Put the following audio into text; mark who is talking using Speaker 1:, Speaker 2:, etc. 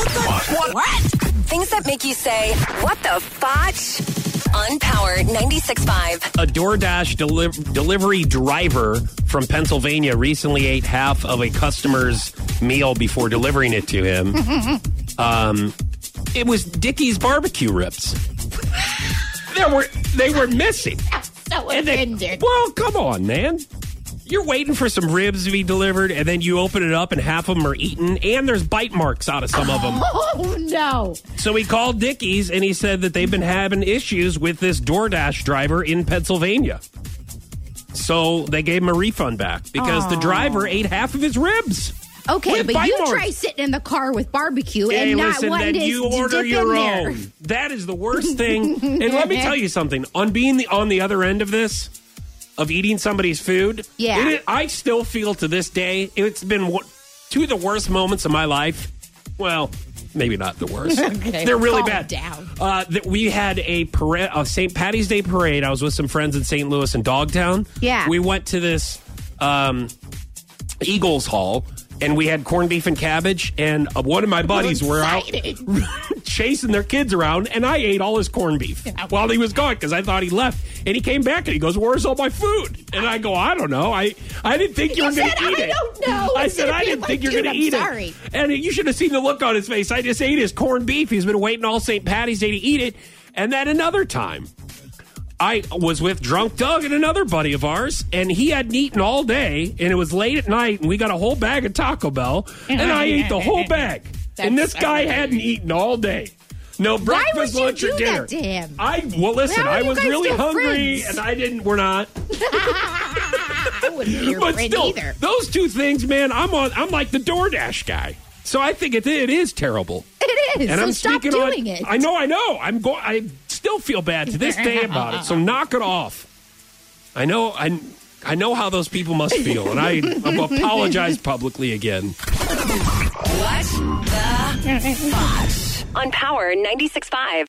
Speaker 1: What?
Speaker 2: Things that make you say, what the fotch? On Power 96.5.
Speaker 1: A DoorDash deli- delivery driver from Pennsylvania recently ate half of a customer's meal before delivering it to him. um, it was Dickie's barbecue ribs. there were they were missing.
Speaker 3: So
Speaker 1: And they-
Speaker 3: offended.
Speaker 1: well, come on, man. You're waiting for some ribs to be delivered, and then you open it up, and half of them are eaten, and there's bite marks out of some of them.
Speaker 3: Oh no!
Speaker 1: So he called Dickies and he said that they've been having issues with this DoorDash driver in Pennsylvania. So they gave him a refund back because the driver ate half of his ribs.
Speaker 3: Okay,
Speaker 1: With
Speaker 3: but
Speaker 1: bite
Speaker 3: you
Speaker 1: marks.
Speaker 3: try sitting in the car with barbecue
Speaker 1: Hey,
Speaker 3: and not
Speaker 1: listen,
Speaker 3: wanting
Speaker 1: then
Speaker 3: to
Speaker 1: you
Speaker 3: s-
Speaker 1: order
Speaker 3: dip
Speaker 1: your
Speaker 3: in
Speaker 1: own.
Speaker 3: there.
Speaker 1: That is the worst thing. and let me tell you something. On being the on the other end of this, of eating somebody's food,
Speaker 3: Yeah.
Speaker 1: it is- I still feel to this day it's been one- two of the worst moments of my life. Well, maybe not the worst.
Speaker 3: Okay,
Speaker 1: They're really
Speaker 3: calm
Speaker 1: bad.
Speaker 3: down.
Speaker 1: Uh, that we had a parade, a St. Patty's Day parade. I was with some friends in St. Louis and Dogtown.
Speaker 3: Yeah.
Speaker 1: we went to this. Um, Eagles Hall, and we had corned beef and cabbage. And uh, one of my buddies were out
Speaker 3: Excited.
Speaker 1: chasing their kids around, and I ate all his corned beef while he was gone because I thought he left. And he came back and he goes, "Where's all my food?" And I go, "I don't know. I I didn't think you
Speaker 3: You
Speaker 1: were going to
Speaker 3: said,
Speaker 1: eat
Speaker 3: "I
Speaker 1: it.
Speaker 3: don't know."
Speaker 1: I
Speaker 3: Instead
Speaker 1: said
Speaker 3: of
Speaker 1: I
Speaker 3: being
Speaker 1: didn't
Speaker 3: like,
Speaker 1: think you're
Speaker 3: "Dude,
Speaker 1: going to
Speaker 3: I'm
Speaker 1: eat
Speaker 3: sorry."
Speaker 1: it." And you should have seen the look on his face. I just ate his corned beef. He's been waiting all St. Patty's Day to eat it. And then another time, I was with Drunk Doug and another buddy of ours, and he hadn't eaten all day, and it was late at night, and we got a whole bag of Taco Bell, and I ate the whole bag. and this
Speaker 3: That's
Speaker 1: guy
Speaker 3: funny.
Speaker 1: hadn't eaten all day. No breakfast,
Speaker 3: would you
Speaker 1: lunch, or
Speaker 3: do
Speaker 1: dinner.
Speaker 3: that to him?
Speaker 1: I well, listen,
Speaker 3: How are
Speaker 1: I
Speaker 3: you
Speaker 1: was
Speaker 3: guys
Speaker 1: really
Speaker 3: still
Speaker 1: hungry,
Speaker 3: friends?
Speaker 1: and I didn't. We're not,
Speaker 3: I wouldn't be your
Speaker 1: but
Speaker 3: friend
Speaker 1: still,
Speaker 3: either.
Speaker 1: those two things, man. I'm on. I'm like the DoorDash guy, so I think it, it is terrible.
Speaker 3: It is.
Speaker 1: And
Speaker 3: so
Speaker 1: I'm
Speaker 3: stop
Speaker 1: speaking
Speaker 3: doing
Speaker 1: on,
Speaker 3: it.
Speaker 1: I know, I know. I'm going. I still feel bad to this day about it. So knock it off. I know. I I know how those people must feel, and I apologize publicly again.
Speaker 2: What the fotch? On Power 96.5.